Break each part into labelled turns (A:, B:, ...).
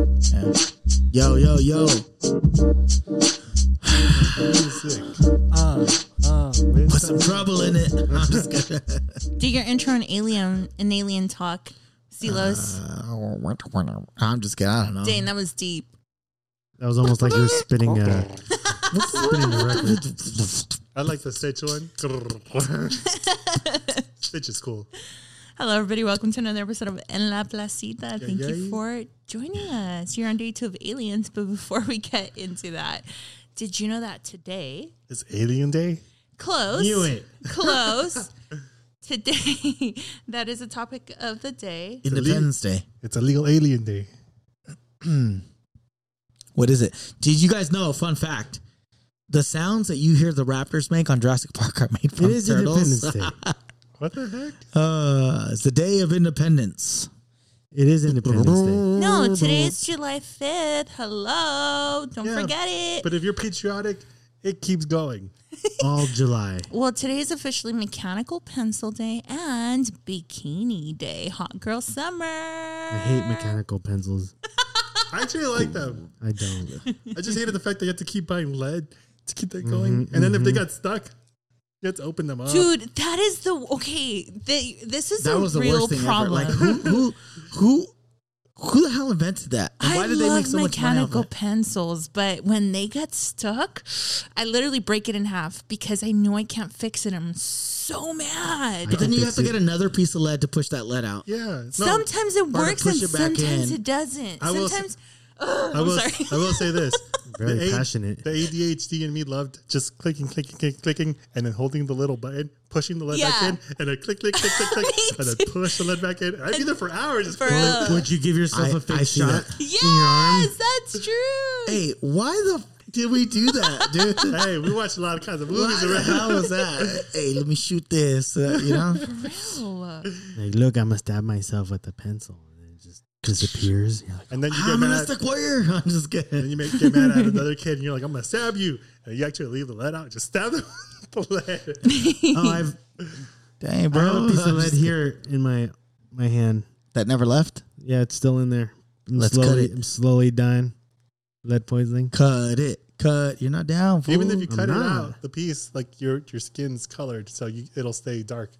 A: Yeah. Yo, yo, yo.
B: Uh, uh, with
A: Put some trouble in it. I'm just gonna.
C: Do your intro in alien in alien talk.
B: Uh,
C: Silos.
A: I'm just kidding. I don't know.
C: Dane,
B: um,
C: that was deep.
B: That was almost like you were spitting a spitting a record. I like the Stitch one. Stitch is cool.
C: Hello, everybody. Welcome to another episode of En La Placita. Thank
B: yeah.
C: you for joining us. You're on day two of Aliens, but before we get into that, did you know that today,
B: It's Alien Day.
C: close,
A: Knew it.
C: close, today, that is the topic of the day.
A: Independence Day.
B: It's a legal Alien Day.
A: What is it? Did you guys know? Fun fact: the sounds that you hear the Raptors make on Jurassic Park are made from
B: It is
A: turtles.
B: Independence Day. What the heck?
A: Uh, it's the Day of Independence.
B: It is Independence Day.
C: No, today's July 5th. Hello. Don't
B: Yeah,
C: forget it.
B: But if you're patriotic, it keeps going.
A: All July.
C: Well, today is officially Mechanical Pencil Day and Bikini Day. Hot Girl Summer.
D: I hate mechanical pencils.
B: I actually like them.
D: I don't.
B: I just hated the fact that you have to keep buying lead to keep that going. and then if they got stuck, you have to open them up.
C: Dude, that is the okay. The, this is
A: That
C: a
A: was the
C: real
A: worst thing
C: problem.
A: ever. Like who, who, who, who the hell invented that? And
C: I
A: why did
C: love
A: they make so much money? Off
C: mechanical
A: it?
C: pencils, but when they get stuck, I literally break it in half because I know I can't fix it. I'm so mad.
A: But then you have to get another piece of lead to push that lead out.
B: Yeah. no,
C: sometimes it
A: to
C: works
A: push
C: and
A: it back
C: sometimes
A: in.
C: it doesn't.
B: I will s-
C: sometimes oh,
B: I will,
C: I'm sorry.
B: I will say this.
D: Very
B: A-
D: passionate.
B: the ADHD in me loved just clicking, clicking, clicking, clicking, and then holding the little button, pushing the lead back
C: Yeah.
B: in, and then click, click, click, click, click,
C: Me
B: and then push the lead back in. I'd be there for hours. Just
C: for real.
D: Would you give yourself
A: I-
D: a fake
A: I
D: shot?
A: shot-
C: Yes, that's true.
A: Hey, why the f- did we do that, dude?
B: hey, we watch a lot of kinds of
A: Why
B: movies
A: the
B: around.
A: hell was that? Hey, let me shoot this. Uh, you know,
C: Ew.
D: Like, look, I'm gonna stab myself with a pencil, and it just disappears. You're like,
B: And then you get
A: I'm gonna
B: mad.
A: stick warrior. I'm just
B: And
A: kidding.
B: you make get mad at another kid, and you're like, "I'm gonna stab you," and you actually leave the lead out. Just stab them with the lead.
D: oh, I've,
A: Dang,
D: I
A: bro,
D: have a piece of
A: Oh, I'm
D: lead
A: just-
D: here in my my hand.
A: that never left.
D: Yeah, it's still in there. I'm
A: Let's cut
D: slowly,
A: it.
D: I'm slowly dying. Lead poisoning.
A: Cut it. Cut. You're not down. Fool.
B: Even if you
D: I'm
B: cut it
D: not.
B: out, the piece like your your skin's colored, so you, it'll stay dark.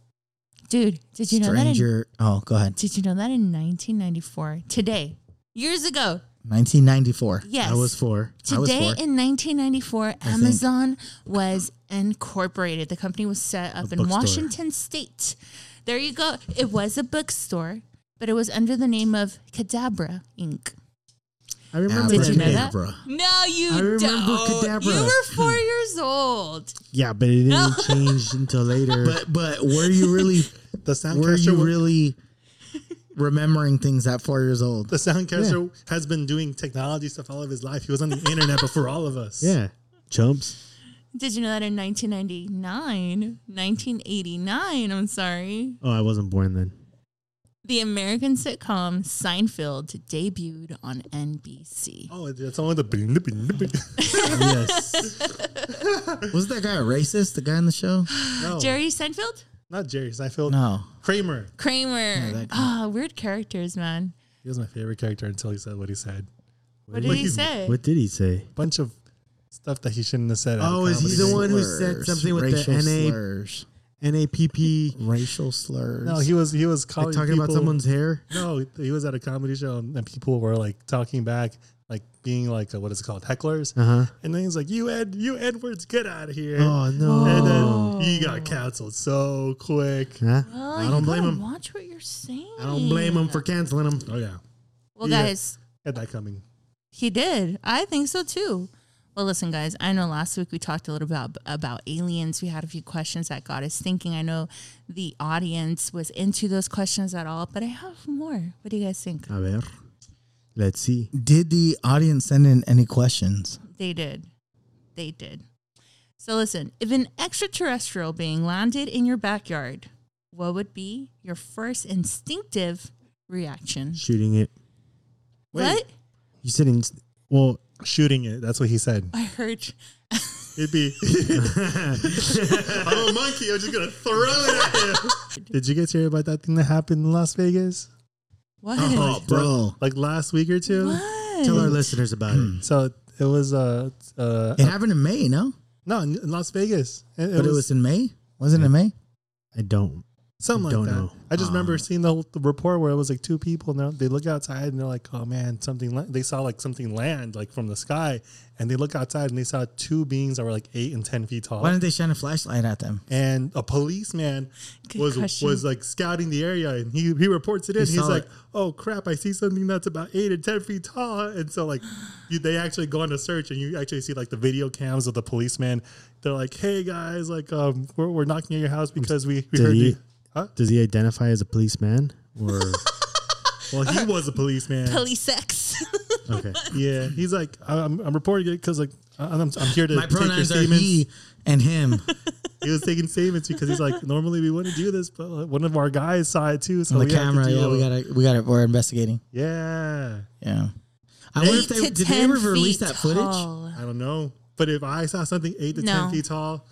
C: Dude, did you know that? In,
A: stranger. oh, go ahead.
C: did you know that in 1994? Today, years ago.
A: 1994.
C: Yes.
D: I was four.
A: I was
C: Today
A: four.
C: in 1994, Amazon was incorporated. The company was set up in
D: bookstore.
C: Washington State. There you go. It was a bookstore, but it was under the name of Cadabra Inc.
D: I remember
C: Did you
D: that
C: know
D: name.
C: that?
A: Cadabra.
C: No, you
D: I remember
C: don't. You
D: Kadabra. Hmm.
C: were four years old.
D: Yeah, but it didn't change until later.
A: But but were you really
B: The sound
A: were
B: caster
A: you
B: wa-
A: really remembering things at four years old?
B: the soundcaster has been doing technology stuff all of his life. He was on the internet before all of us.
D: yeah, chumps.
C: Did you know that in 1999, 1989, I'm sorry,
D: Oh, I wasn't born then.
C: the American sitcom Seinfeld debuted on NBC?
B: Oh, that's only the bing, the bing, the bing.
D: yes.
A: Was that guy a racist? The guy on the show?
D: Oh.
B: No,
C: Jerry Seinfeld?
B: not Jerry Seinfeld.
A: No.
B: Kramer.
C: Kramer.
A: that
C: Ah, weird characters, man.
B: He was my favorite character until he said what he said.
C: What did he
B: Wait,
C: say?
D: What did he say?
B: Bunch of stuff that he shouldn't have said. at a
D: Oh, is he
B: comedy
D: the
B: thing.
D: one who said
A: Slurs.
D: something with the
A: racial
D: NA?
A: slurs?
D: NAPP.
A: Racial slurs.
B: No, he was he was calling
D: Like talking about
B: people-
D: someone's hair.
B: No, he was at a comedy show and and people were like talking back, like being like uh what is it called, hecklers.
D: Uh huh.
B: And then he's like, "You Ed, you Edwards, get out of here!"
D: Oh no.
B: And then he got canceled so quick.
D: Huh?
C: Well,
D: I
C: Oh, you
D: don't blame
C: gotta
D: him.
C: Watch what you're saying.
D: I don't blame him for canceling him.
B: Oh yeah,
C: Well,
B: Yeah.
C: guys,
B: had that coming.
C: he did. I think so too. Well, listen, guys. I know last week we talked a little about about aliens. We had a few questions that got us thinking. I know the audience was into those questions at all, but I have more. What do you guys think?
D: A ver. Let's see.
C: Hmm.
A: Did the audience send in any questions?
C: They did. They did. So listen, if an extraterrestrial being landed in your backyard, what would be your first instinctive reaction?
D: Shooting it.
B: Wait.
C: What?
D: You said in. Well,
B: Shooting it. That's what he said.
C: I heard
B: It'd be. I'm a monkey. I'm just gonna throw it at him. Did you guys hear about that thing that happened in Las Vegas?
C: what?
A: Oh, bro.
B: Like last week or two.
C: What?
D: Tell our listeners about it.
B: So it was uh, uh
A: It happened in May, no?
B: no in in Las Vegas. It, it
A: but
B: was,
A: it was in May? Wasn't it in May?
D: I don't.
B: something
D: don't
B: like that.
D: know.
B: I just remember
A: Um,
B: seeing the, whole- the report where it was like two people and they're- they look outside and they're like, oh man, something. la- They saw like something land like from the sky, and they look outside and they saw two beings that were like eight and ten feet tall.
A: Why didn't they shine a flashlight at them?
B: and a policeman
C: Good
B: was
C: question.
B: was uh, like scouting the area and he, he reports it in.
A: He
B: He's
A: saw
B: like,
A: it.
B: Oh crap, I see something that's about eight and ten feet tall. And so like you, they actually go on a search and you actually see like the video cams of the policeman. They're like, Hey guys, like um we're, we're knocking at your house because we, we
D: Did
B: heard
D: he-
B: you Huh?
D: Does he identify as a policeman or
B: Well he was a policeman.
C: Police sex.
D: okay?
B: yeah. He's like, I'm, I'm reporting it because like I'm, I'm here to
A: My
B: take your
A: pronouns are
B: statements.
A: he and him.
B: he was taking statements because he's like, normally we wouldn't do this, but like, one of our guys saw it too. So
A: On the
B: we have to
A: camera,
B: do
A: yeah,
B: a-
A: we gotta we gotta we're investigating.
B: yeah.
A: Yeah. I wonder if they
C: Eight to
A: did they
C: 10
A: ever release
C: feet
A: that footage?
C: tall.
B: I don't know. But if I saw something eight to
C: No.
B: ten feet tall,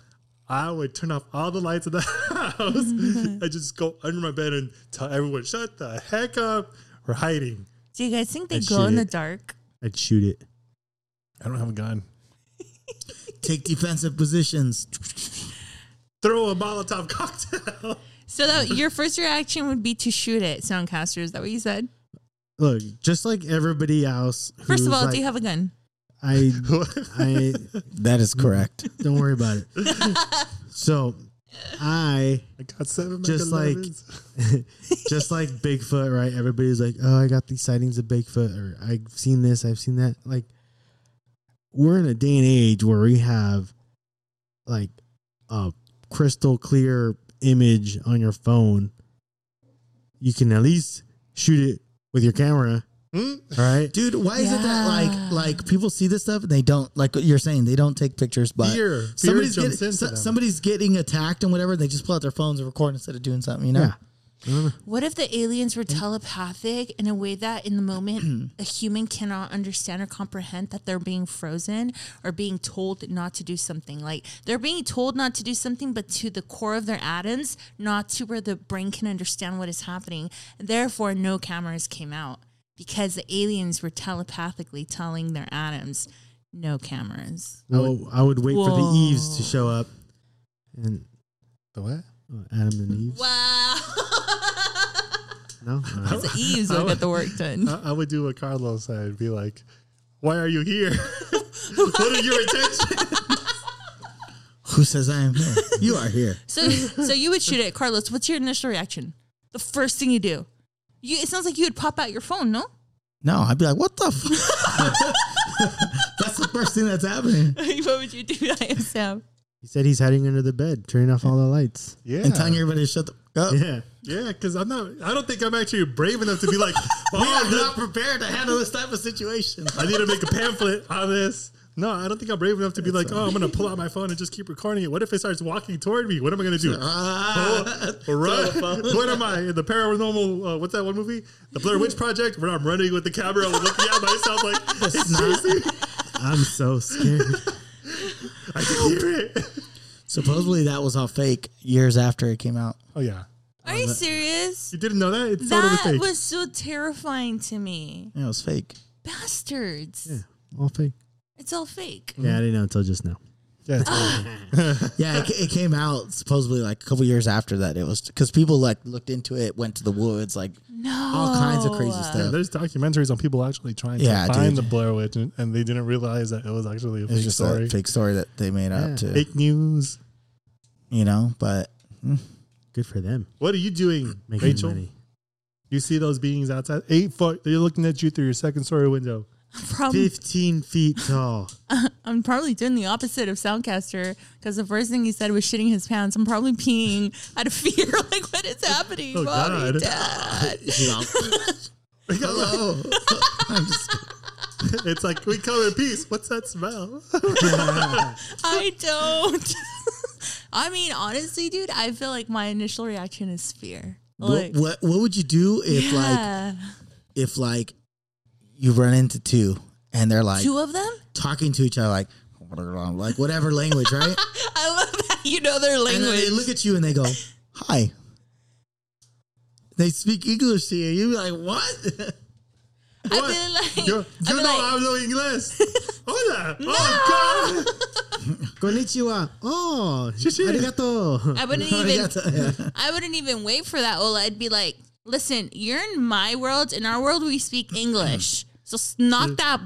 B: I would turn off all the lights in the house. I just go under my bed and tell everyone, "Shut the heck up! We're hiding."
C: Do you guys think they
D: That
C: glow in the
D: shit.
C: dark?
D: I'd shoot it.
B: I don't have a gun.
A: Take defensive positions.
B: Throw a Molotov cocktail.
C: So that your first reaction would be to shoot it, soundcaster. Is that what you said?
D: Look, just like everybody else.
C: First of
D: who's
C: all,
D: like,
C: do you have a gun?
D: I I
A: That is correct.
D: don't worry about it. So I
B: I got seven.
D: Just
B: Mac
D: like-
B: 11s.
D: just like Bigfoot, right? Everybody's like, "Oh, I got these sightings of Bigfoot," or "I've seen this, I've seen that." Like, we're in a day and age where we have like a crystal clear image on your phone. You can at least shoot it with your camera,
B: Hmm?
D: right?
A: Dude, why is it that
C: Yeah.
A: like like people see this stuff and they don't like what you're saying, they don't take pictures, but
B: Fear. Fear
A: somebody's
B: jumps
A: getting
B: into
A: so-
B: them.
A: somebody's getting attacked and whatever, they just pull out their phones and record instead of doing something, you know?
D: Yeah.
C: What if the aliens were telepathic in a way that in the moment a human cannot understand or comprehend that they're being frozen or being told not to do something? Like they're being told not to do something, but to the core of their atoms, not to where the brain can understand what is happening. Therefore, no cameras came out because the aliens were telepathically telling their atoms, no cameras.
D: I would, I would wait for the
C: Whoa.
D: eaves to show up, and
B: The what?
D: uh, Adam and Eve.
C: Wow.
D: No, All right.
C: the Eves that got the work done.
B: I, I would do what Carlos said and be like, "Why are you here? what are your intentions?"
A: Who says I am here? you are here.
C: So, so you would shoot it, Carlos. What's your initial reaction? The first thing you do. You, it sounds like you would pop out your phone, no?
A: No, I'd be like, what the fuck? That's the first thing that's happening.
C: what would you do? I am Sam.
D: he said he's hiding under the bed, turning off all the lights.
B: Yeah.
A: And telling everybody to shut the fuck up.
D: Yeah.
B: Yeah, because I'm not. I don't think I'm actually brave enough to be like, oh,
A: I'm not prepared to handle this type of situation.
B: I need to make a pamphlet on this. No, I don't think I'm brave enough to be like, oh, I'm gonna pull out my phone and just keep recording it. What if it starts walking toward me? What am I gonna do? Oh,
A: Ah,
B: Run? what am I in the paranormal? Uh, what's that one movie? The Blair Witch Project, where I'm running with the camera, looking at myself like, it's seriously,
D: I'm so scared.
B: I can hear it.
A: supposedly that was all fake years after it came out.
B: Oh yeah,
C: Are you serious?
B: you didn't know that? It's totally
C: That
B: fake.
C: was so terrifying to me.
A: Yeah, it was fake.
C: Bastards.
D: all fake.
C: It's all fake.
D: Yeah, I didn't know until just now.
B: yeah, it's fake.
A: Yeah, it, it came out supposedly like a couple years after that. It was because people like looked into it, went to the woods, like
C: No.
A: all kinds of crazy
B: Yeah,
A: stuff.
B: there's documentaries on people actually trying to
A: Yeah,
B: find
A: dude.
B: the Blair Witch, and, and they didn't realize that it was actually a
A: It was
B: fake
A: just
B: story.
A: a fake story that they made
D: Yeah.
A: up to,
B: fake news.
A: you know. But
D: Good for them.
B: What are you doing,
D: Making
B: Rachel?
D: money.
B: You see those beings outside? Eight foot. They're looking at you through your second story window.
C: Probably,
D: 15 feet tall.
C: I'm probably doing the opposite of Soundcaster because the first thing he said was shitting his pants. I'm probably peeing out of fear. like, what is happening?
B: Oh, God.
C: Mommy, Dad.
A: you know, hello, I'm just,
B: It's like, we come in peace. What's that smell?
C: I don't. I mean, honestly, dude, I feel like my initial reaction is fear.
A: what,
C: Like,
A: what what would you do if like
C: yeah.
A: if like you run into two and they're like
C: two of them?
A: talking to each other like like whatever language, right?
C: I love that you know their
A: and then
C: language.
A: they look at you and they go, "Hi." They speak English to you. You be like, "What?"
C: I'd be like,
B: Yo,
C: I'd
B: you
C: be
B: know
C: like,
B: hablo inglés. Hola. Oh, God.
D: Konnichiwa. Oh,
B: Shishi.
D: arigato.
C: I wouldn't even. I wouldn't even wait for that, Ola. I'd be like, "Listen, you're in my world. In our world, we speak English. So s- knock that.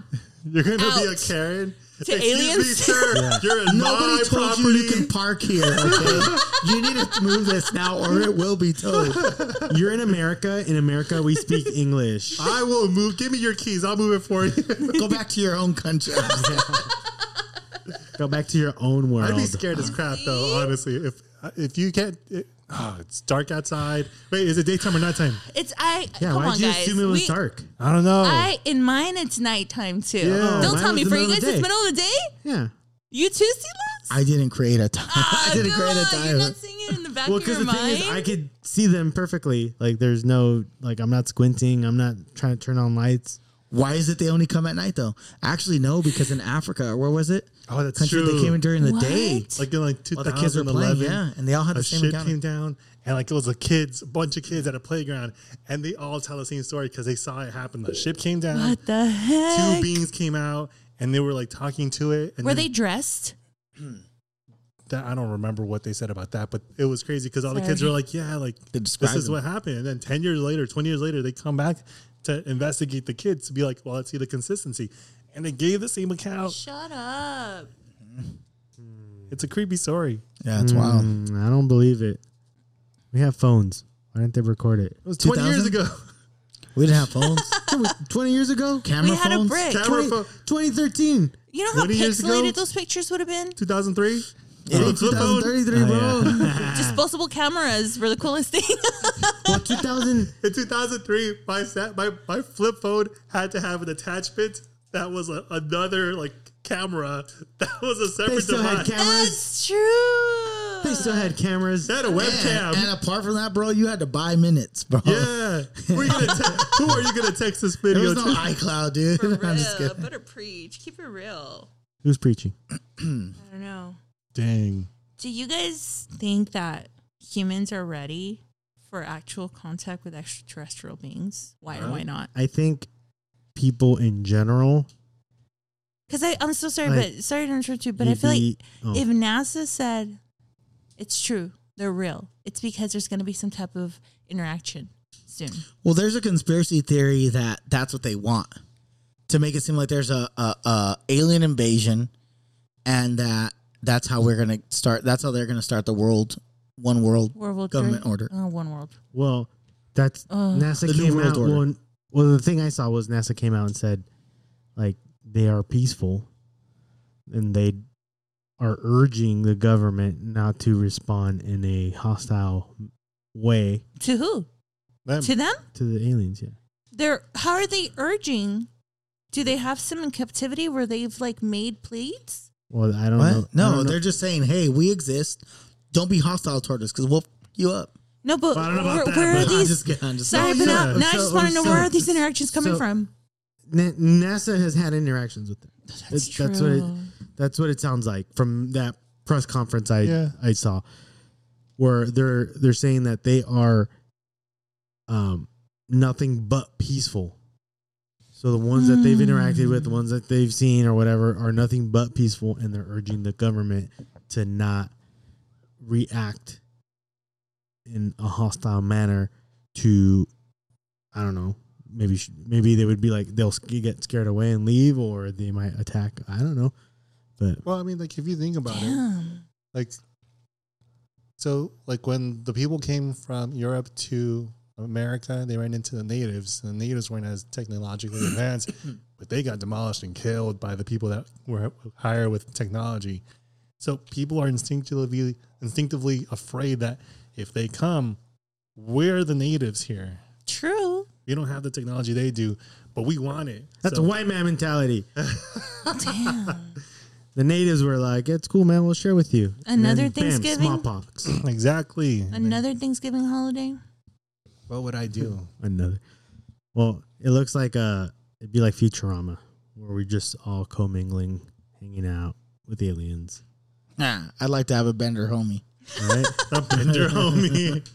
B: You're going to be a
C: Out.
B: Karen?
C: To
B: Excuse me,
C: aliens?
B: sir. You're in my
A: Nobody told
B: property.
A: you you can park here. Okay, you need to move this now, or it will be towed.
D: You're in America. In America, we speak English.
B: I will move. Give me your keys. I'll move it for you.
A: Go back to your own country.
D: Go back to your own world.
B: I'd be scared as crap, though, honestly. If if you can't. It, oh, it's dark outside. Wait, is it daytime or nighttime?
C: It's I.
D: Yeah,
C: come
D: why'd
C: on,
D: you
C: guys.
D: assume it was
C: We-
D: dark?
B: I don't know.
C: I in mine it's nighttime too.
B: Yeah.
C: Don't
D: Mine
C: tell
D: was
C: me
D: the
C: for you
D: middle
C: guys
D: of the
C: it's
D: day.
C: middle of the day.
D: Yeah.
C: You too, Silas.
A: I didn't create a time.
C: Ah,
A: I didn't
C: come
A: create a
C: on, You're
A: time.
C: not seeing it in the back
D: Well,
C: of
D: because
C: your
D: the
C: mind.
D: thing is, I could see them perfectly. Like, there's no, like, I'm not squinting. I'm not trying to turn on lights.
A: Why is it they only come at night though? Actually, no, because in Africa, or where was it?
B: Oh, that's
A: Country
B: true.
A: they came in during the
C: What?
A: day.
B: like in like
A: While the kids were playing,
B: 2011.
A: yeah, and they all had
B: a
A: the same
B: ship
A: encounter.
B: came down and like it was a kids, a bunch of kids at a playground, and they all tell the same story because they saw it happen. The ship came down,
C: what the
B: two
C: heck?
B: beings came out, and they were like talking to it. And
C: Were
B: then
C: they dressed?
B: That, I don't remember what they said about that, but it was crazy because all the kids were
C: Sorry.
B: like, "Yeah, like
A: They
B: this
A: described
B: is
A: them.
B: what happened." And then ten years later, twenty years later, they come back to investigate the kids to be like, "Well, let's see the consistency." And they gave the same account.
C: Shut up.
B: It's a creepy story.
A: Yeah, it's wild.
D: Mm, I don't believe it. We have phones. Why didn't they record it?
B: It was twenty years
A: 2000?
B: ago.
A: We didn't have phones.
D: 20 years ago?
A: Camera
C: we had
A: phones.
C: a brick.
B: Camera-
D: 20, 2013.
C: You know how
B: 20 years ago?
C: pixelated those pictures would have been?
B: Two thousand three.
A: Yeah,
B: Flip phone.
A: 2033, bro.
D: Oh,
C: Disposable cameras were the coolest thing.
D: Well, 2000.
B: In 2003, my sat, my my flip phone had to have an attachment that was a, another like camera that was a separate
D: They still had
B: device.
D: cameras.
C: That's true.
D: They still had cameras.
B: They had a
A: And,
B: webcam.
A: and apart from that, bro, you had to buy minutes, bro.
B: yeah, Who are you gonna te- who are you gonna text this
A: There
B: video
A: was no
B: to?
A: iCloud, dude.
C: For
A: I'm just
C: real.
A: kidding.
C: Better preach. Keep it real.
D: Who's preaching?
C: I don't know.
B: Dang,
C: Do you guys think that humans are ready for actual contact with extraterrestrial beings? Why or why not?
D: I think people in general.
C: Because I'm so sorry,
D: Like,
C: but sorry to interrupt you, but I
D: you'd
C: feel like
D: be- oh.
C: if NASA said it's true, they're real, it's because there's going to be some type of interaction soon.
A: Well, there's a conspiracy theory that that's what they want to make it seem like there's a, a, a alien invasion, and that that's how we're gonna start. That's how they're gonna start the world, one world,
C: World War
A: government
C: III?
A: order.
C: Oh, one world.
D: Well, that's
C: Uh,
D: NASA
A: The New
D: came
A: World
D: out.
A: Order.
D: Well, well, the thing I saw was NASA came out and said, like, they are peaceful, and they are urging the government not to respond in a hostile way
C: To who?
B: Them.
C: To them?
D: to the aliens. Yeah,
C: They're how are they urging? Do they have some in captivity where they've like made pleads?
D: well, I don't know.
A: What?
D: I
A: No,
D: don't know.
A: they're just saying, hey, we exist. Don't be hostile toward us because we'll f- you up.
C: No, but
B: Well, I don't know about
C: where,
B: that,
C: where are
B: but-
A: I'm
C: these?
A: just kidding. I'm just
C: sorry,
A: kidding.
C: but
D: yeah,
C: now, now I
D: so-
C: just want to know where
D: so-
C: are these interactions coming
D: so-
C: from?
D: Na- NASA has had interactions with them.
C: That's
D: It- That's what it,
C: true.
D: that's what it sounds like from that press conference I
B: Yeah.
D: I saw, where they're they're saying that they are, um, nothing but peaceful. So the ones that they've interacted with, the ones that they've seen or whatever, are nothing but peaceful, and they're urging the government to not react in a hostile manner to, I don't know. Maybe sh- maybe they would be like they'll sc- get scared away and leave, or they might attack. I don't know, but
B: Well, I mean, like if you think about it,
C: Damn.
B: like so, like when the people came from Europe to America, they ran into the natives. And the natives weren't as technologically advanced, but they got demolished and killed by the people that were higher with technology. So people are instinctively instinctively afraid that if they come, we're the natives here.
C: True.
B: We don't have the technology they do, but we want it.
D: That's
B: So-
D: a white man mentality.
C: Damn.
D: The natives were like, "It's cool, man. We'll share with you." And
C: Another
D: then, bam,
C: Thanksgiving?
D: smallpox.
B: exactly.
C: Another Thanksgiving holiday.
B: What would I do?
D: Another. Well, it looks like uh it'd be like Futurama, where we just all commingling, hanging out with aliens.
A: Nah, I'd like to have a bender, homie.
D: All right.
B: Up in your homie.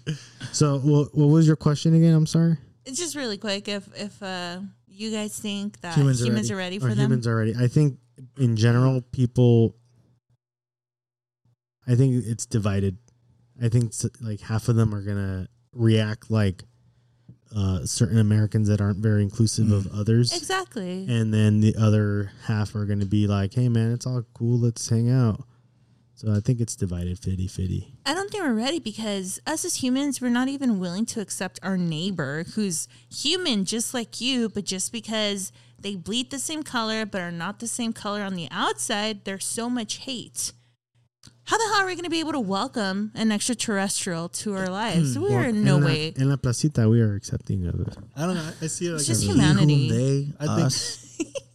D: so, what, what was your question again? I'm sorry.
C: It's just really quick. If if uh, you guys think that humans,
A: Humans are
C: are ready,
D: or
C: for them?
D: humans already. I think in general, people. I think it's divided. I think s- like half of them are gonna react like uh, certain Americans that aren't very inclusive of others,
C: exactly.
D: and then the other half are gonna be like, "Hey, man, it's all cool. Let's hang out." So I think it's divided 50-50.
C: I don't think we're ready because us as humans, we're not even willing to accept our neighbor who's human just like you, but just because they bleed the same color but are not the same color on the outside, there's so much hate. How the hell are we going to be able to welcome an extraterrestrial to our lives? We're
D: Well, uh,
C: in no
D: la-
C: way.
D: in La Placita, we are accepting of it.
B: I don't know. I see it like
C: It's just
B: as-
C: humanity.
A: They, uh,
B: I think-
A: us.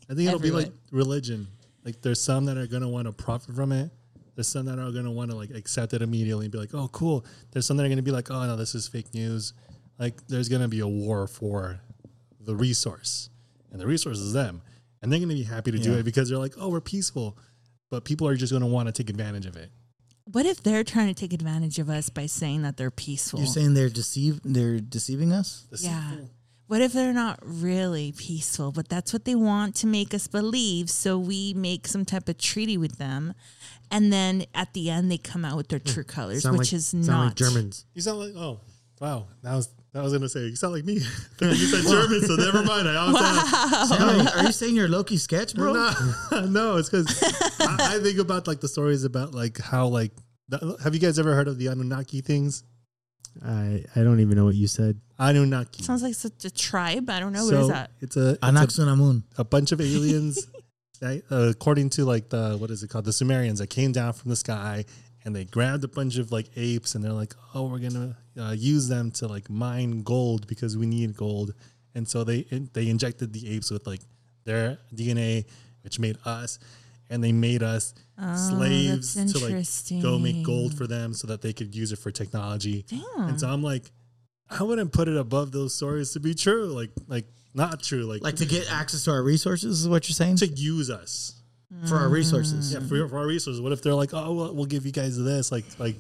B: I think it'll be like
C: Everyone.
B: religion. Like there's some that are gonna want to profit from it. There's some that are gonna want to like accept it immediately and be like, oh cool. There's some that are gonna be like, oh no, this is fake news. Like there's gonna be a war for the resource, and the resource is them, and they're gonna be happy to do it because they're like, oh, we're peaceful, but people are just gonna want to take advantage of it.
C: What if they're trying to take advantage of us by saying that they're peaceful?
A: You're saying they're deceive, they're deceiving us.
B: This-
C: Yeah. What if they're not really peaceful, but that's what they want to make us believe? So we make some type of treaty with them. And then at the end, they come out with their
A: Hmm.
C: true colors,
D: Sound
C: which
D: like-
C: is
D: sound
C: not
D: like Germans.
B: You sound like oh wow. That was I was gonna say you sound like me. you said German, so never mind. I always sound-
A: Are you, are you saying your Loki sketch, bro?
B: No, no, it's because I, I think about like the stories about like how like the, have you guys ever heard of the Anunnaki things?
D: I I don't even know what you said.
B: Anunnaki.
C: Sounds like such a tribe. I don't know. what is that?
B: It's a it's a,
A: Anaxunamun.
B: a bunch of aliens, that, uh, according to like the what is it called the Sumerians that came down from the sky and they grabbed a bunch of like apes and they're like, oh, we're gonna uh, use them to like mine gold because we need gold, and so they they injected the apes with like their DNA, which made us. And they made us slaves
C: that's
B: to like go make
C: interesting.
B: gold for them so that they could use it for technology. And so I'm like, I wouldn't put it above those stories to be true. Like, like not true. Like,
A: Like to get access to our resources is what you're saying
B: to use us
A: for our
C: Mm.
A: resources.
B: yeah, for, for our resources. What if they're like, oh, well, we'll give you guys this, like, like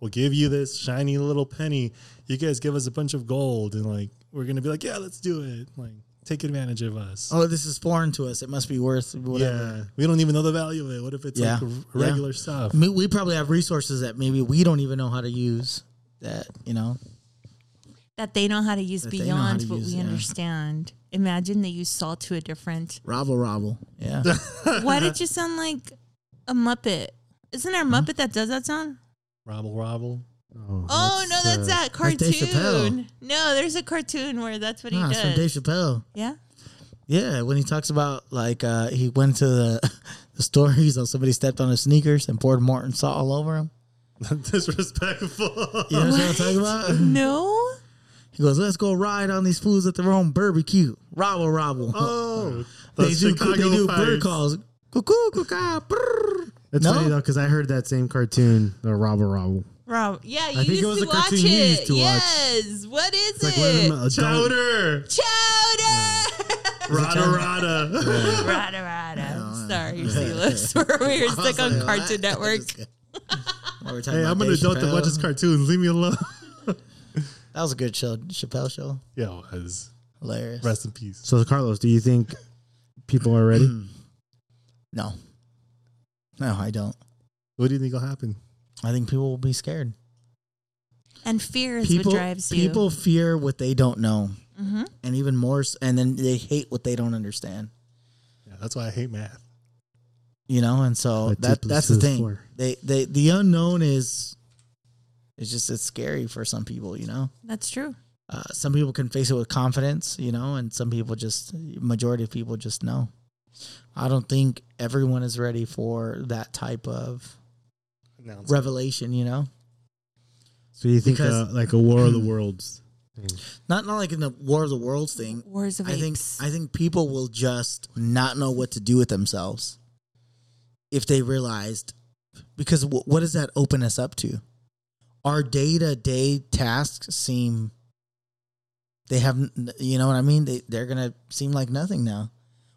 B: we'll give you this shiny little penny. You guys give us a bunch of gold, and like we're gonna be like, yeah, let's do it. Like, take advantage of us.
A: Oh, this is foreign to us. It must be worth whatever.
B: yeah, we don't even know the value of it. What if it's
A: Yeah.
B: like r-
A: Yeah.
B: regular stuff?
A: I mean, we probably have resources that maybe we don't even know how to use. That you know,
C: That they know how to use
A: That they know how
C: beyond
A: to
C: what
A: use,
C: we
A: yeah.
C: understand. Imagine they use salt to a different.
A: robble robble. Yeah,
C: Why did you sound like a Muppet? Isn't there a Muppet that does that sound?
B: Robble, robble.
D: Oh,
C: Oh, no, that's
D: uh,
C: that
A: like Dave
C: cartoon. No, there's a cartoon where that's what he
A: Nah, it's from Dave
C: does.
A: Chappelle.
C: Yeah.
A: Yeah, when he talks about like uh, he went to the, the store, he's like somebody stepped on his sneakers and poured Morton salt all over him.
B: Disrespectful.
A: You know what I'm talking about?
C: No.
A: He goes, "Let's go ride on these fools at their own barbecue, robble robble."
B: Oh, the
A: they do
B: Chicago
A: they do
B: Fire.
A: bird calls, cuckoo ah, cuckoo. brrr.
D: That's
A: No?
D: funny though, because I heard that same cartoon, the Robble Robble.
C: Rob, yeah, you
D: think it
C: used
D: was
C: to
D: a
C: watch
D: cartoon you
C: it.
D: used to watch.
C: yes. What is
D: It's like one of
C: it?
D: them adult-
B: Chowder,
C: Chowder.
B: rada rada.
C: Rada rada. Sorry, see, lips were we were stuck on
A: like,
C: Cartoon Network.
A: While we're talking
B: Hey,
A: about
B: I'm an
A: Dave
B: adult that
A: Chappelle,
B: watches cartoons. Leave me alone.
A: That was a good show, Chappelle show.
B: Yeah, it was.
A: Hilarious.
B: Rest in peace.
D: So Carlos, do you think people are ready?
A: No, no, I don't.
B: What do you think will happen?
A: I think people will be scared.
C: And fear is
A: people
C: what drives you. Mm-hmm.
A: people fear what they don't know, and even more, s- and then they hate what they don't understand.
B: Yeah, that's why I hate math.
A: You know, and so
D: But
A: that
D: two
A: that's
D: plus two
A: the
D: is
A: thing.
D: four.
A: They they the unknown is, it's just it's scary for some people. You know,
C: That's true.
A: uh, some people can face it with confidence. You know, and some people just majority of people just know. I don't think everyone is ready for that type of
B: Announcement.
A: revelation. You know,
D: So you think uh,
A: Because-
D: like a War of the Worlds?
A: not not like in the War of the Worlds thing.
C: Wars of
A: I think
C: Apes.
A: I think people will just not know what to do with themselves if they realized because w- what does that open us up to? Our day to day tasks seem they have n- you know what I mean? They they're gonna seem like nothing now.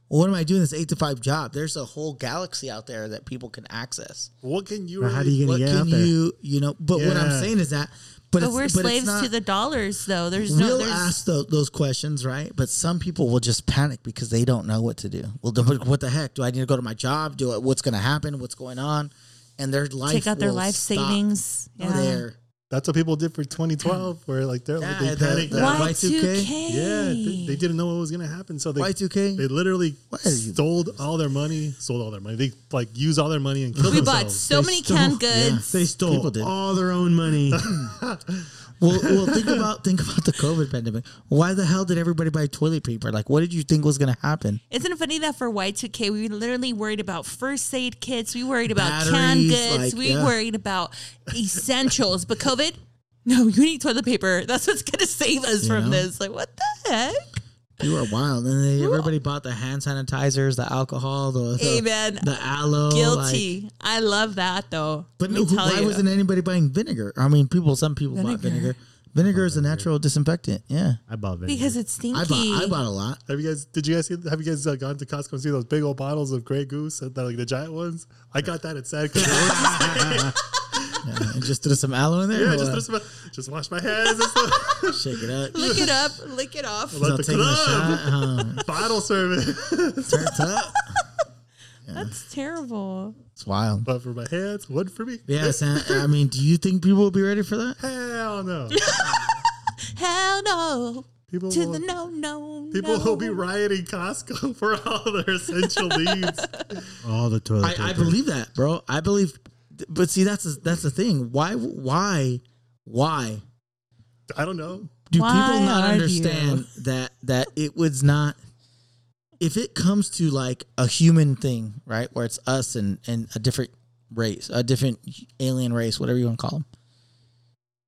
A: Well, what am I doing this eight to five job? There's a whole galaxy out there that people can access.
B: What can you?
D: Now, how
B: really-
D: do you gonna
A: What
D: get out
A: can
D: there?
A: you you know? But what I'm
B: Yeah.
A: saying is that But,
C: But
A: it's-
C: we're
A: but it's
C: slaves
A: not-
C: to the dollars, though. There's no.
A: We'll
C: There's,
A: ask tho- those questions, right? But some people will just panic because they don't know what to do. Well, the- what the heck? Do I need to go to my job? Do I, what's going to happen? What's going on? And their life
C: take out their
A: will
C: life
A: stop
C: savings.
A: There,
B: That's what people did for 2012, where like they're
A: Yeah,
B: like,
A: the-
B: they panicked.
A: the-
B: out.
A: Why?
C: Y2K.
B: yeah, they, they didn't know what was gonna happen, so they
A: Y two K.
B: they literally
A: What is-
B: stole all their money, sold all their money. They like used all their money and killed
C: we bought
B: themselves.
C: so
D: They
C: many
D: stole-
C: canned goods.
D: They
A: People
D: stole
A: did.
D: all their own money.
A: Well, well, think about think about the COVID pandemic. Why the hell did everybody buy toilet paper? Like, what did you think was going to happen?
C: Isn't it funny that for Y2K, we literally worried about first aid kits, we worried about
A: Batteries,
C: canned
A: like,
C: goods, we
A: yeah.
C: worried about essentials, but COVID, no, you need toilet paper. That's what's going to save us from
A: know?
C: this. Like, what the heck?
A: You were wild, and then everybody bought the hand sanitizers, the alcohol, the the,
C: Amen.
A: the aloe. Oh, like-
C: Guilty. I love that though.
A: But
C: Let me
A: who-
C: tell
A: why
C: you.
A: wasn't anybody buying vinegar? I mean, people. Some people bought
C: Vinegar.
A: vinegar. Vinegar is a natural disinfectant. Yeah,
D: I bought it
C: because it's stinky.
A: I bought. I bought a lot.
B: Have you guys? Did you guys see? Have you guys uh, gone to Costco and see those big old bottles of Grey Goose, uh, the, like the giant ones? I got that at Sad.
A: Yeah, and just threw some aloe in there.
B: yeah,
A: or
B: just,
A: what?
B: just, just wash my hands and stuff.
A: shake it up.
C: lick it up, lick it off.
B: Let the
A: Taking a
B: club
A: shot. huh?
B: bottle service.
A: Turns up.
C: That's terrible.
A: It's wild.
B: But for my hands, one for me.
A: Yeah, Sam, I mean, do you think people will be ready for that?
B: Hell no.
C: Hell no.
B: People
C: To
B: will,
C: the no, no.
B: people
C: no.
B: will be rioting Costco for all their essential needs.
D: all the toilet paper.
A: I, I believe that, bro. I believe, but see, that's the- that's the thing. Why? Why? Why?
B: I don't know.
A: do
C: Why
A: people not
C: are you?
A: understand that that it was not if it comes to like a human thing right where it's us and and a different race a different alien race whatever you want to call them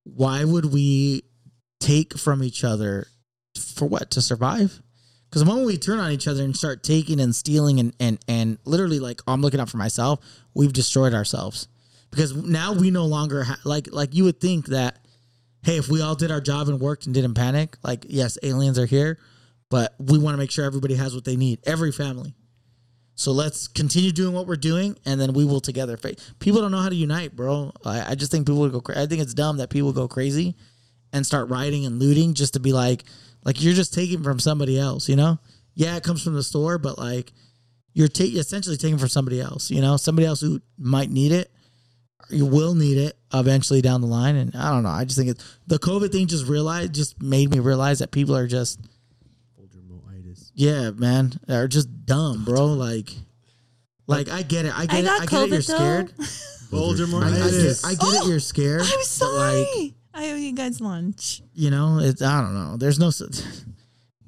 A: why would we take from each other for what to survive because the moment we turn on each other and start taking and stealing and and and literally like oh, i'm looking out for myself we've destroyed ourselves because now we no longer ha- like like you would think that hey, if we all did our job and worked and didn't panic, like, yes, aliens are here, but we want to make sure everybody has what they need, every family. So let's continue doing what we're doing, and then we will together. fa- People don't know how to unite, bro. I, I just think people would go crazy. I think it's dumb that people go crazy and start rioting and looting just to be like, like you're just taking from somebody else, you know? Yeah, it comes from the store, but like you're ta- essentially taking from somebody else, you know? Somebody else who might need it you will need it eventually down the line. And I don't know. I just think it's the COVID thing just realized just made me realize that people are just
D: Foldermoitis.
A: yeah, man, are just dumb, bro. Like, like I get it. I
C: I
A: get it.
C: got
A: I get
C: COVID
A: it. You're
C: though. Oh,
A: scared. I, I
B: It
A: get,
B: is.
A: I get it. You're scared.
C: I'm sorry.
A: But like,
C: I owe you guys lunch.
A: you know, it's I don't know. There's no. s-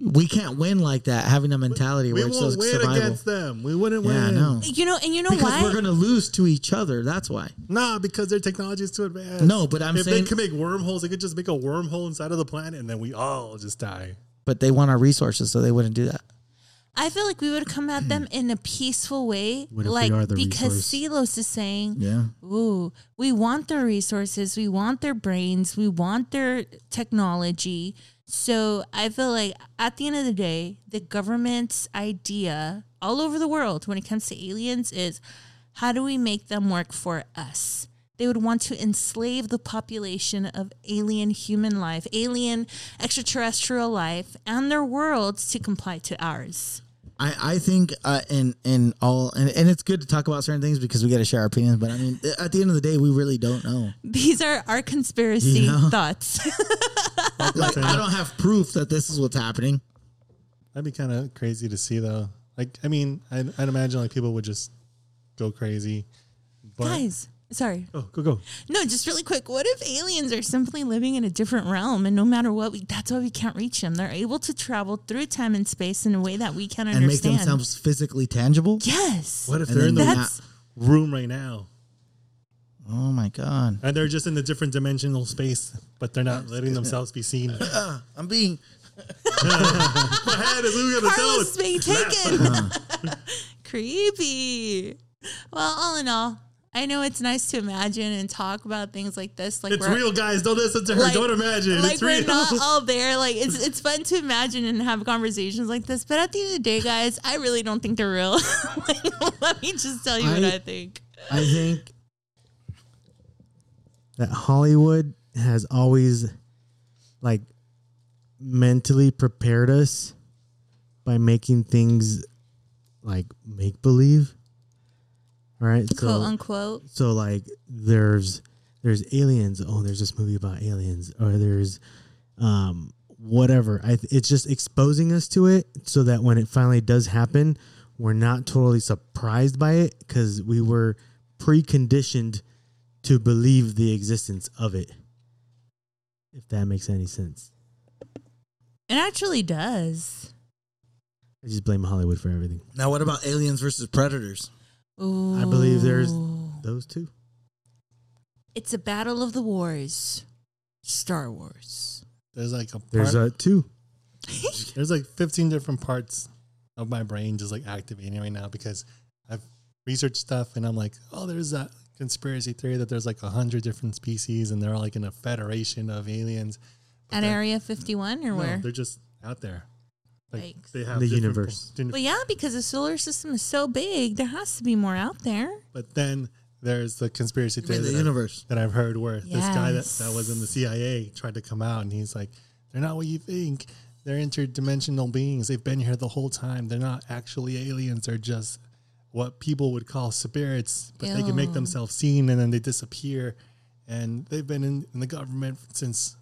A: We can't win like that. Having a mentality
B: We
A: where it's
B: won't
A: just
B: win
A: survival.
B: against them. We wouldn't
A: Yeah, I
B: win.
A: know.
C: You know, and you know
A: Because
C: why?
A: we're gonna lose to each other. That's why.
B: Nah, because their technology is too advanced.
A: No, but I'm
B: if
A: saying
B: they could make wormholes, they could just make a wormhole inside of the planet, and then we all just die.
A: but they want our resources, so they wouldn't do that.
C: I feel like we would come at them in a peaceful way,
D: What if we
C: like
D: are the
C: because
D: resource?
C: Silos is saying,
A: Yeah.
C: "Ooh, we want their resources, we want their brains, we want their technology." So I feel like at the end of the day, the government's idea all over the world when it comes to aliens is, how do we make them work for us? They would want to enslave the population of alien human life, alien extraterrestrial life, and their worlds to comply to ours.
A: I, I think uh, in in all and, and it's good to talk about certain things because we got to share our opinions. But I mean, at the end of the day, we really don't know.
C: These are our conspiracy
A: You know?
C: thoughts.
A: Like, I don't have proof that this is what's happening.
B: That'd be kind of crazy to see, though. Like, I mean, I'd, I'd imagine like people would just go crazy. But
C: Guys, sorry.
B: oh, go go.
C: No, just really quick. What if aliens are simply living in a different realm and no matter what, we, that's why we can't reach them? They're able to travel through time and space in a way that we can't
A: And make
C: understand.
A: themselves physically tangible.
C: yes.
B: What if
A: And
B: they're in
A: then
B: the
A: that-
C: That's
B: room right now
A: Oh my god!
B: and they're just in a different dimensional space, but they're not letting themselves be seen? My
A: I'm being
B: head is moving on its own.
C: Carlos being taken.
B: Uh-huh.
C: Creepy. Well, all in all, I know it's nice to imagine and talk about things like this. Like
B: It's
C: we're-
B: real, guys. Don't listen to her.
C: Like-
B: Don't imagine.
C: like
B: it's
C: we're
B: real.
C: not all there. Like it's it's fun to imagine and have conversations like this, but at the end of the day, guys, I really don't think they're real. like, let me just tell you what
D: I-
C: I think.
D: I think that Hollywood has always like mentally prepared us by making things like make believe. Right?
C: quote unquote.
D: so like there's there's aliens oh there's this movie about aliens or there's um whatever I, th- it's just exposing us to it so that when it finally does happen we're not totally surprised by it because we were preconditioned to believe the existence of it if that makes any sense
C: It actually does.
D: i just blame hollywood for everything
A: Now, what about aliens versus predators?
C: Ooh.
D: believe there's- those two
C: It's a battle of the wars. Star Wars.
B: There's like a part,
D: there's uh two
B: there's like 15 different parts of my brain just like activating right now because I've researched stuff and I'm like, oh, there's that conspiracy theory that there's like a hundred different species and they're all like in a federation of aliens.
C: At Area 51 or
B: No,
C: where?
B: they're just out there. Like
C: Yikes.
B: they have
D: The
B: different-
D: universe.
B: different-
C: Well, yeah, because the solar system is so big, there has to be more out there.
B: But then there's the conspiracy
A: I
B: theory
A: mean, the
B: that, I've,
A: universe.
B: that I've heard where this guy that,
C: Yes.
B: that was in the CIA tried to come out and he's like, they're not what you think. They're interdimensional beings. They've been here the whole time. They're not actually aliens. They're just what people would call spirits, but they can make
C: Ew.
B: themselves seen and then they disappear. And they've been in, in the government since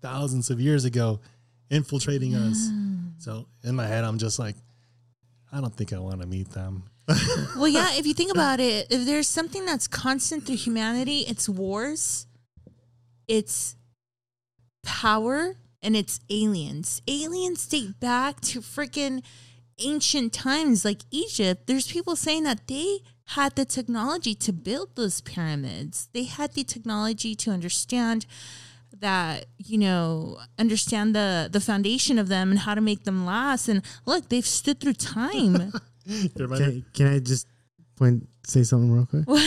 B: thousands of years ago, infiltrating us. So in my head, I'm just like, I don't think I want to meet them.
C: well, yeah, if you think about it, if there's something that's constant through humanity, it's wars, it's power, and it's aliens. Aliens date back to freaking ancient times like Egypt. There's people saying that they had the technology to build those pyramids, they had the technology to understand that you know understand the the foundation of them and how to make them last and look they've stood through time
B: They remind me-
D: can, can i just point say something real quick
C: What?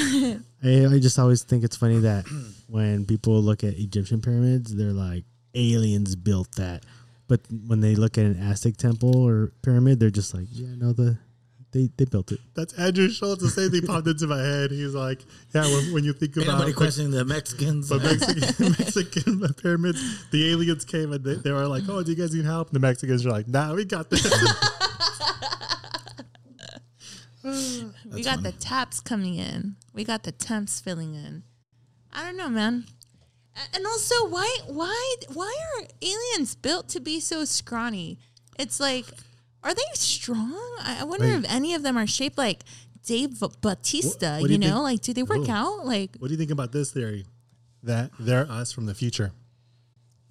D: I, I just always think it's funny that when people look at Egyptian pyramids, they're like aliens built that. But when they look at an Aztec temple or pyramid, they're just like, yeah, no, the they, they built it.
B: That's Andrew Schultz. The same thing popped into my head. He's like, yeah, when, when you think
A: Ain't
B: about
A: Nobody
B: like,
A: questioning the Mexicans.
B: the Mexican, Mexican pyramids, the aliens came and they, they were like, oh, do you guys need help? And the Mexicans were like, nah, we got this.
C: we got the taps coming in. We got the temps filling in. I don't know, man. A- And also, why, why, why are aliens built to be so scrawny? It's like, are they strong? I, I wonder
B: Wait.
C: if any of them are shaped like Dave Batista.
B: What- what do
C: you,
B: you
C: know,
B: think-
C: like, do they work
B: Ooh.
C: out? Like,
B: what do you think about this theory? That they're us from the future.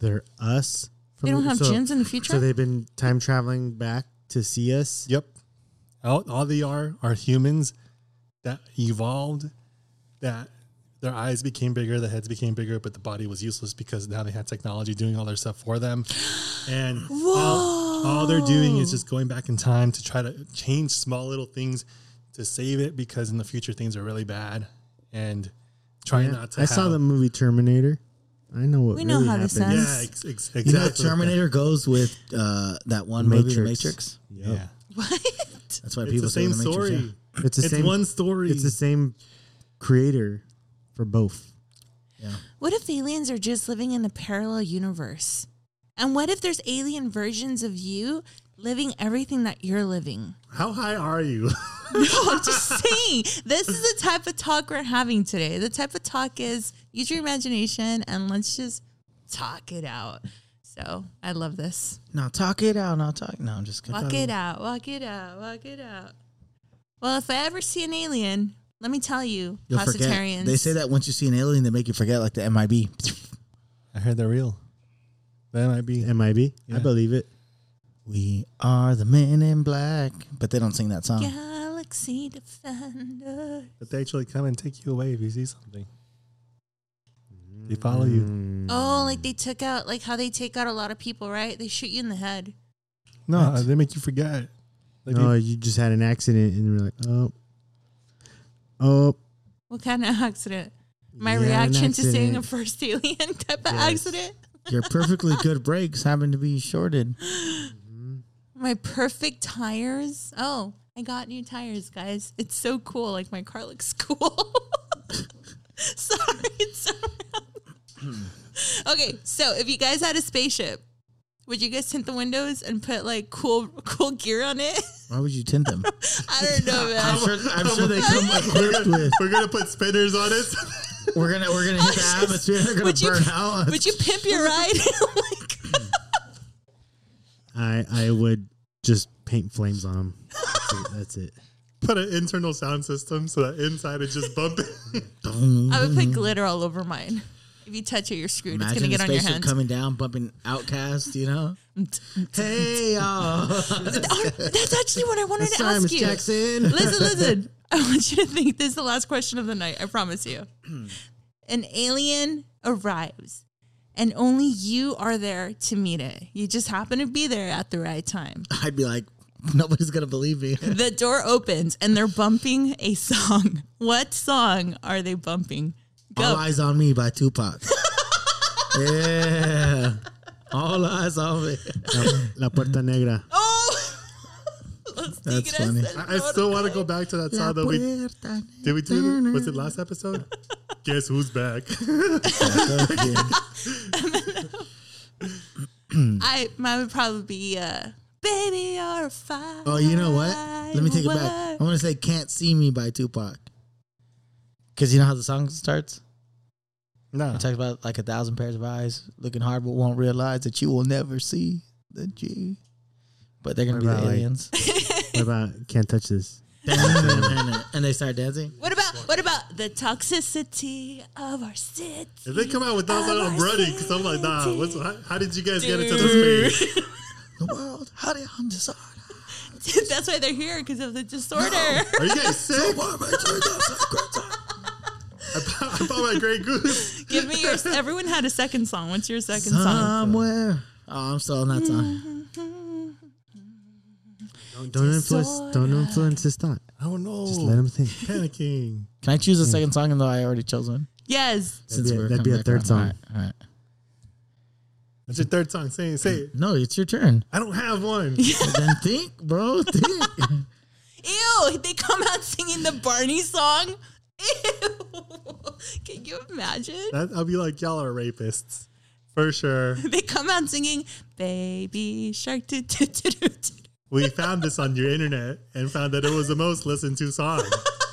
D: They're us. From,
C: they don't have gyms in the future.
D: So they've been time traveling back to see us.
B: Yep. All, all they are are humans that evolved, that their eyes became bigger, the heads became bigger, but the body was useless because now they had technology doing all their stuff for them. And all, all they're doing is just going back in time to try to change small little things to save it because in the future things are really bad and try
D: Yeah.
B: not to.
D: I saw
B: have-
D: the movie Terminator. I know what
C: We know
D: really
C: how
D: happened.
C: this
B: Yeah, ex-
C: ends.
B: ex-
A: you know,
B: exactly.
A: Terminator goes with uh, that one movie, The
D: Matrix.
A: Matrix.
D: Yep.
B: Yeah.
C: what?
A: That's why
B: It's
A: people
B: the
A: say
B: same
A: The Matrix,
B: story.
A: yeah.
D: It's the
B: It's
D: same.
B: one story.
D: It's the same creator for both.
C: What if aliens are just living in a parallel universe? And what if there's alien versions of you living everything that you're living?
B: How high are you?
C: No, I'm just saying. This is the type of talk we're having today. The type of talk is use your imagination and let's just talk it out. So I love this.
A: Now talk it out. Now talk. No, I'm just kidding.
C: Walk it out. Walk it out. Walk it out. Well, if I ever see an alien, let me tell you,
A: You'll forget.
C: Positarians.
A: They say that once you see an alien, they make you forget, like the MIB.
B: I heard they're real. That might be.
D: MIB.
B: Yeah.
D: I believe it.
A: We are the men in black, but they don't sing that song.
C: Galaxy Defender.
B: But they actually come and take you away if you see something. They follow you.
A: Hmm.
C: Oh, like they took out, like how they take out a lot of people, right? They shoot you in the head.
B: No,
A: What?
B: they make you forget. Like
D: no,
B: you-
D: Oh, you just had an accident and you're like, oh, oh.
C: What kind of accident? My
D: yeah, an
C: reaction to seeing a
D: accident.
C: first alien type of
D: Yes.
C: accident?
A: Your perfectly good brakes happen to be shorted.
C: My perfect tires. Oh, I got new tires, guys. It's so cool. Like my car looks cool. Sorry, it's so Okay, so if you guys had a spaceship, would you guys tint the windows and put like cool cool gear on it?
A: Why would you tint them?
C: I don't know,
A: I'm
C: man.
A: sure, I'm sure they come equipped with.
B: We're gonna put spinners on it.
A: We're gonna we're gonna hit the atmosphere. They're gonna
C: Would you-
A: burn out.
C: Would you pimp your ride? like,
D: I I would just paint flames on them. That's it. That's it.
B: put an internal sound system so that inside it's just bumping.
C: I would put glitter all over mine. If you touch it, you're screwed. it's
A: Imagine
C: gonna
A: the
C: get on your
A: spaceship
C: hands.
A: coming down, bumping Outcast. You know, hey y'all,
C: Oh, that's actually what I wanted
A: it's
C: to
A: time,
C: ask
A: Miss
C: you.
A: Jackson.
C: Listen, listen. I want you to think this is the last question of the night. I promise you. An alien arrives, and only you are there to meet it. You just happen to be there at the right time.
A: I'd be like, nobody's gonna believe me.
C: The door opens, and they're bumping a song. What song are they bumping?
A: All
C: Go.
A: Eyes on Me by Tupac. yeah. All eyes on me.
D: La Puerta Negra.
C: Oh. Los
A: That's
C: Tigres
A: funny.
C: del
B: I still want to go back to that song that we did. We do it? was it last episode? Guess who's back?
C: I mine would probably be uh Baby You're a Fire.
A: Oh, you know what? Let me take it back. I'm gonna say "Can't See Me" by Tupac. Cause you know how the song starts.
B: No.
A: It talks about like a thousand pairs of eyes looking hard, but won't realize that you will never see the G. But they're gonna
D: What
A: be
D: about,
A: the
D: like-
A: aliens,
D: What about can't touch this?
A: and they start dancing.
C: What about what about the toxicity of our city?
B: If they come out with that,
C: Of
B: I'm
C: our
B: running because I'm like, nah.
C: city.
B: What's, how, how did you guys get into
C: Dude.
B: this phase?
A: The world, how do you undecided?
C: That's why they're here because of the disorder.
B: Are you guys sick? I bought my gray goose.
C: Give me your. Everyone had a second song. What's your second song?
A: Somewhere. Oh, I'm still on that song.
D: Don't, don't influence. Don't influence his thought.
B: I don't know.
D: Just let him think.
B: panicking.
A: Can I choose a second song? Even though I already chose one.
C: Yes.
D: That'd be a- that'd be a third
A: All right, all right.
B: That's your third song. Say it. Say it.
A: No, it's your turn.
B: I don't have one.
A: then think, bro. Think.
C: Ew! They come out singing the Barney song. Ew! Can you imagine?
B: That, I'll be like, y'all are rapists. For sure.
C: They come out singing "Baby Shark." do, do, do, do, do."
B: We found this on your internet and found that it was the most listened to song.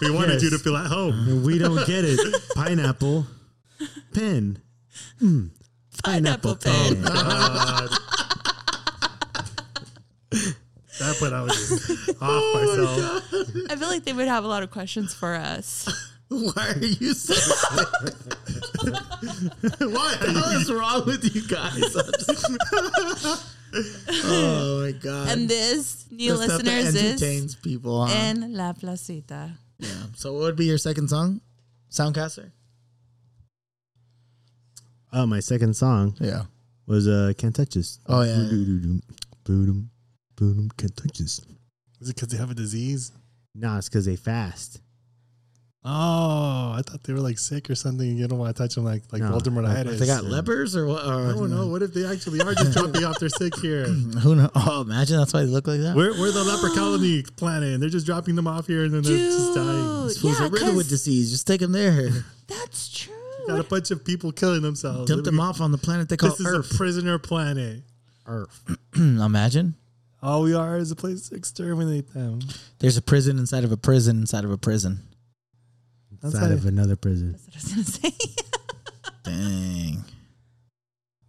B: We wanted
D: Yes.
B: you to feel at home.
D: And we don't get it. Pineapple. Pen.
C: Pineapple
D: Pineapple
C: pen.
A: Oh,
B: God. that put I was just
D: Oh
B: off myself.
C: I feel like they would have a lot of questions for us.
A: Why are you so?
B: Why are
A: What
B: you?
A: is wrong with you guys? I'm just- oh my god.
C: And this, new
A: The stuff that
C: listeners, is
A: entertains people. Huh?
C: in La Placita.
A: yeah. So, what would be your second song? Soundcaster.
D: Oh, my second song
A: Yeah.
D: was uh can't touch this.
A: Oh, yeah, yeah.
D: Boo-doo-doo-doo. Boo-doo. Boo-doo. Can't touch this.
B: Is it because they have a disease?
D: Nah, it's because they fast.
B: Oh, I thought they were like sick or something. and You don't want to touch them like like
D: No,
B: Voldemort
D: like,
B: headaches.
A: They got lepers or what? Or,
B: I don't know. What if they actually are just dropping off their sick here?
A: Who knows? Oh, imagine that's why they look like that.
B: We're, we're the leper colony planet, and they're just dropping them off here, and then they're just dying.
A: These
C: Dude,
A: fools
C: yeah,
A: are riddled with
C: 'cause
A: disease. Just take them there.
C: that's true.
B: Got a bunch of people killing themselves.
A: Dump them off on the planet they call
B: This is
A: Earth.
B: a prisoner planet.
D: Earth.
A: imagine.
B: All we are is a place to exterminate them.
A: There's a prison inside of a prison inside of a prison.
D: Inside of another prison.
C: That's what I was gonna say.
A: Dang.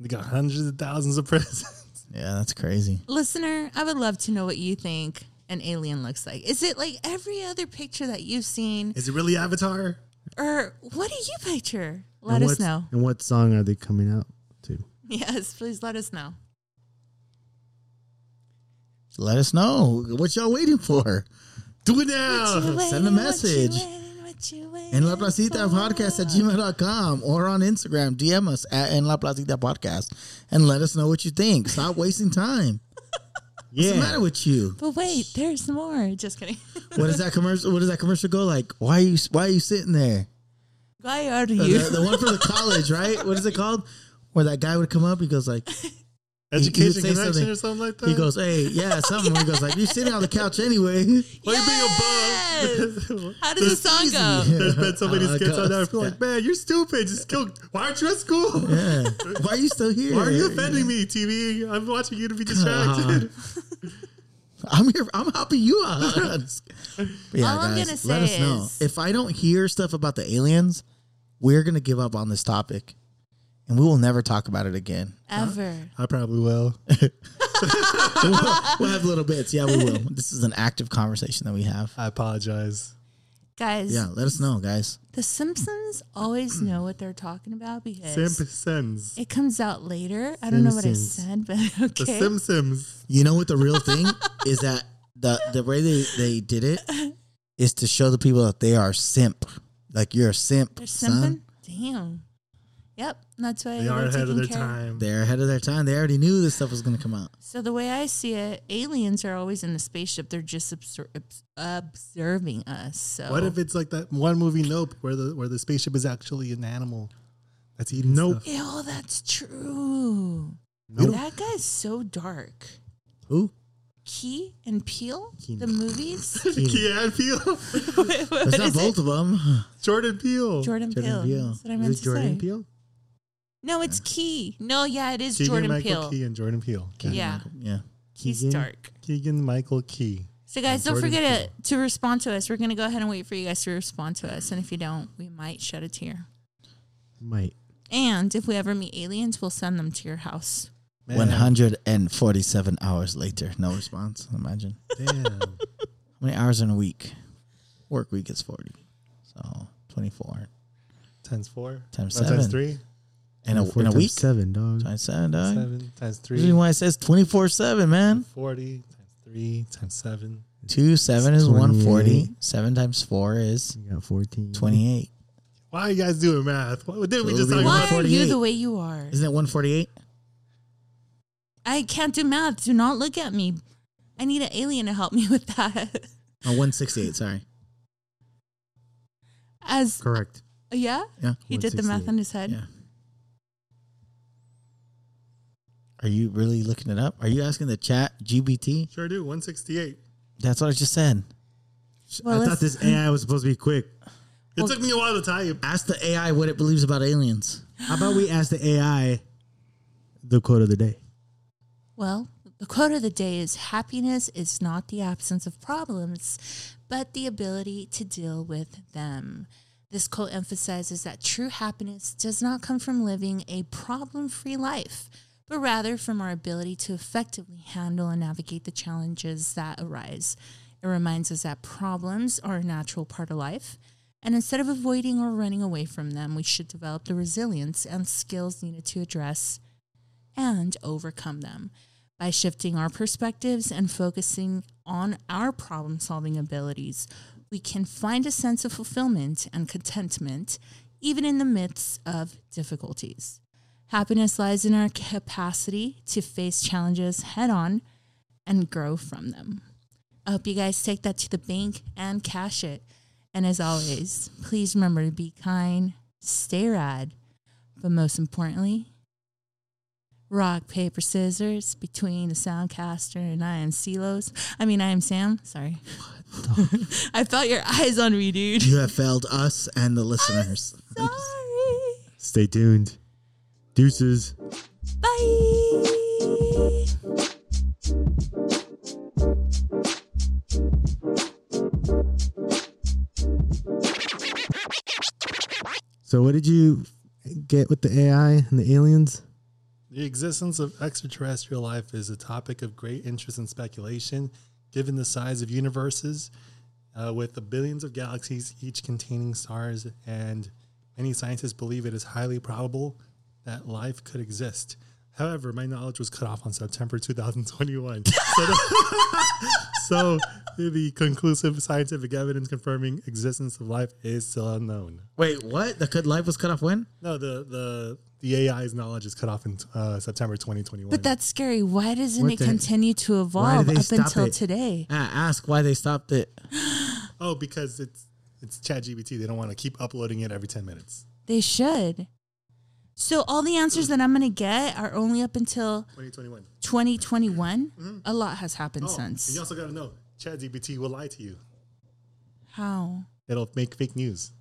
B: They got hundreds of thousands of prisons.
A: Yeah, that's crazy.
C: Listener, I would love to know what you think an alien looks like. Is it like every other picture that you've seen,
B: Is it really Avatar?
C: or what do you picture? Let
D: And
C: us
D: what's-
C: know.
D: And what song are they coming out to?
C: Yes, please let us know.
A: Let us know what y'all waiting for.
B: Do it
C: What you
B: now.
C: waiting,
A: Oh, send a
C: what you
A: message.
C: waiting, what you waiting
A: And La Placita
C: for?
A: Podcast at gmail.com or on Instagram. DM us at En La Placita Podcast and let us know what you think. Stop wasting time. What's the matter with you?
C: But wait, there's more. Just kidding.
A: What does that commercial? What does that commercial go like? Why are you? Why are you sitting there?
C: Why are
A: The,
C: you?
A: the one for the college, right? What is it called? Where that guy would come up, he goes like, he would
B: Education
A: say
B: connection
A: something.
B: or something like that.
A: He goes, "Hey, yeah, something." He goes, "Like you're sitting on the couch anyway."
B: Why are you being a bum?
C: How does the song go?
B: There's been so many
A: Oh,
B: skits on
A: God.
B: that. I'm like, man, you're stupid. Just go. Why aren't you at school?
A: Yeah. Why are you still here?
B: Why are you offending me, TV? I'm watching you to be distracted.
A: I'm here. I'm helping you out. But yeah,
C: All I'm
A: guys,
C: gonna
A: let
C: say
A: us know
C: is-
A: if I don't hear stuff about the aliens, we're gonna give up on this topic, and we will never talk about it again.
C: Ever.
B: I probably will.
A: we'll have little bits. Yeah, we will. This is an active conversation that we have.
B: I apologize.
C: Guys,
A: Yeah, let us know, guys.
C: the Simpsons always know what they're talking about because
B: Simpsons.
C: it comes out later. I don't know what I said,
D: Simpsons.
C: but
B: The
C: okay.
B: Simpsons.
A: You know what the real thing is that the the way they they did it is to show the people that they are simp. Like you're a simp,
C: they're
A: son.
C: simping? Damn. Yep. That's why
B: They are
C: they're
B: ahead of
C: taking
B: their
C: care
B: time.
A: They're ahead of their time. They already knew this stuff was gonna come out.
C: So the way I see it, aliens are always in the spaceship. They're just obser- obs- observing us. So
B: What if it's like that one movie Nope, where the where the spaceship is actually an animal that's eating
D: Nope.
B: stuff?
C: Ew, that's true.
B: Nope.
C: That guy's so dark.
A: Who?
C: Key and Peel, the movies.
B: Keanu Peele,
C: Wait, what
A: It's not
C: is it?
A: both of them.
B: Jordan Peele.
C: Jordan,
A: Jordan
C: Peele.
A: Peele.
C: That's what I meant
D: Is
C: to
D: it Jordan
C: say.
D: Peele?
C: No, it's Key. No, yeah, it is
B: Keegan
C: Jordan
B: Michael
C: Peele.
B: Key and Jordan Peele.
C: Yeah,
A: Yeah.
C: he's
D: Keegan?
C: dark.
B: Keegan Michael Key.
C: So guys, don't
B: Jordan
C: forget to, to respond to us. We're gonna go ahead and wait for you guys to respond to us, and if you don't, we might shed a tear.
D: Might.
C: And if we ever meet aliens, we'll send them to your house.
B: Man,
A: 147 hours later. No response. Imagine.
B: Damn.
A: How many hours in a week? Work week is 40. So 24
B: times four.
A: Times
B: No, Times
A: seven.
B: three.
A: in a,
D: Four
A: in a
D: times
A: week.
D: Seven, dog.
A: Times seven, dog.
B: Seven times
A: Usually
B: three.
A: why it says 24 7, man.
B: Forty times three times seven.
A: 2 7 is
D: 28.
A: 140. 7 times 4 is
D: You got 14.
A: 28.
B: Why are you guys doing math? What did we just
A: It'll
B: talk
A: be
C: Why
B: about?
C: are you
A: 148.
C: the way you are?
A: Isn't it 148?
C: I can't do math. Do not look at me. I need an alien to help me with that.
A: Oh, 168. Sorry.
C: As
D: Correct.
C: yeah,
A: Yeah.
C: he did the math on his head.
A: Yeah. Are you really looking it up? Are you asking the chat GBT?
B: Sure do. One sixty eight.
A: That's what I just said.
C: Well,
D: I
C: let's-
D: thought this AI was supposed to be quick.
B: It
C: Well-
B: took me a while to type.
A: Ask the AI what it believes about aliens.
D: How about we ask the AI the quote of the day?
C: Well, the quote of the day is happiness is not the absence of problems, but the ability to deal with them. This quote emphasizes that true happiness does not come from living a problem free life, but rather from our ability to effectively handle and navigate the challenges that arise. It reminds us that problems are a natural part of life, and instead of avoiding or running away from them, we should develop the resilience and skills needed to address and overcome them by shifting our perspectives and focusing on our problem solving abilities. We can find a sense of fulfillment and contentment even in the midst of difficulties. Happiness lies in our capacity to face challenges head on and grow from them. I hope you guys take that to the bank and cash it. And as always, please remember to be kind, stay rad, but most importantly, rock, paper, scissors between the soundcaster and I am Silos. I mean, I am Sam. Sorry. I felt your eyes on me, dude.
A: You have failed us and the listeners.
C: Sorry.
D: Stay tuned. Deuces.
C: Bye.
D: So, what did you get with the AI and the aliens?
B: The existence of extraterrestrial life is a topic of great interest and speculation, given the size of universes, uh, with the billions of galaxies each containing stars, and many scientists believe it is highly probable that life could exist. However, my knowledge was cut off on September 2021. So, so the conclusive scientific evidence confirming existence of life is still unknown.
A: Wait, what? The cut life was cut off when?
B: No, the the the AI's knowledge is cut off in uh, September 2021.
C: But that's scary. Why doesn't
D: What
C: it
D: the-
C: continue to evolve
D: they
C: up
D: stop
C: until
D: it?
C: today?
A: Ah, ask why they stopped it.
B: Oh, because it's it's ChatGPT. They don't want to keep uploading it every ten minutes.
C: They should. So all the answers that I'm going to get are only up until
B: 2021.
C: 2021.
D: Mm-hmm.
C: A lot has happened
B: Oh, and
C: since.
B: you also got to know, ChatGPT will lie to you.
C: How?
B: It'll make fake news.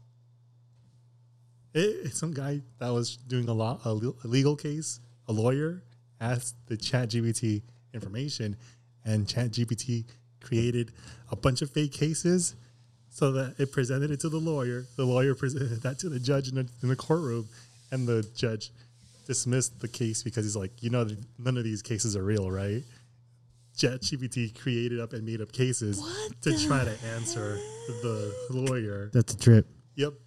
B: It, some guy that was doing a law, a le- a legal case, a lawyer asked the ChatGPT information, and ChatGPT created a bunch of fake cases so that it presented it to the lawyer. The lawyer presented that to the judge in the, in the courtroom, and the judge dismissed the case because he's like, you know, none of these cases are real, right? ChatGPT created up and made up cases
C: What
B: to
C: the
B: try to answer the lawyer.
D: That's a trip.
B: Yep.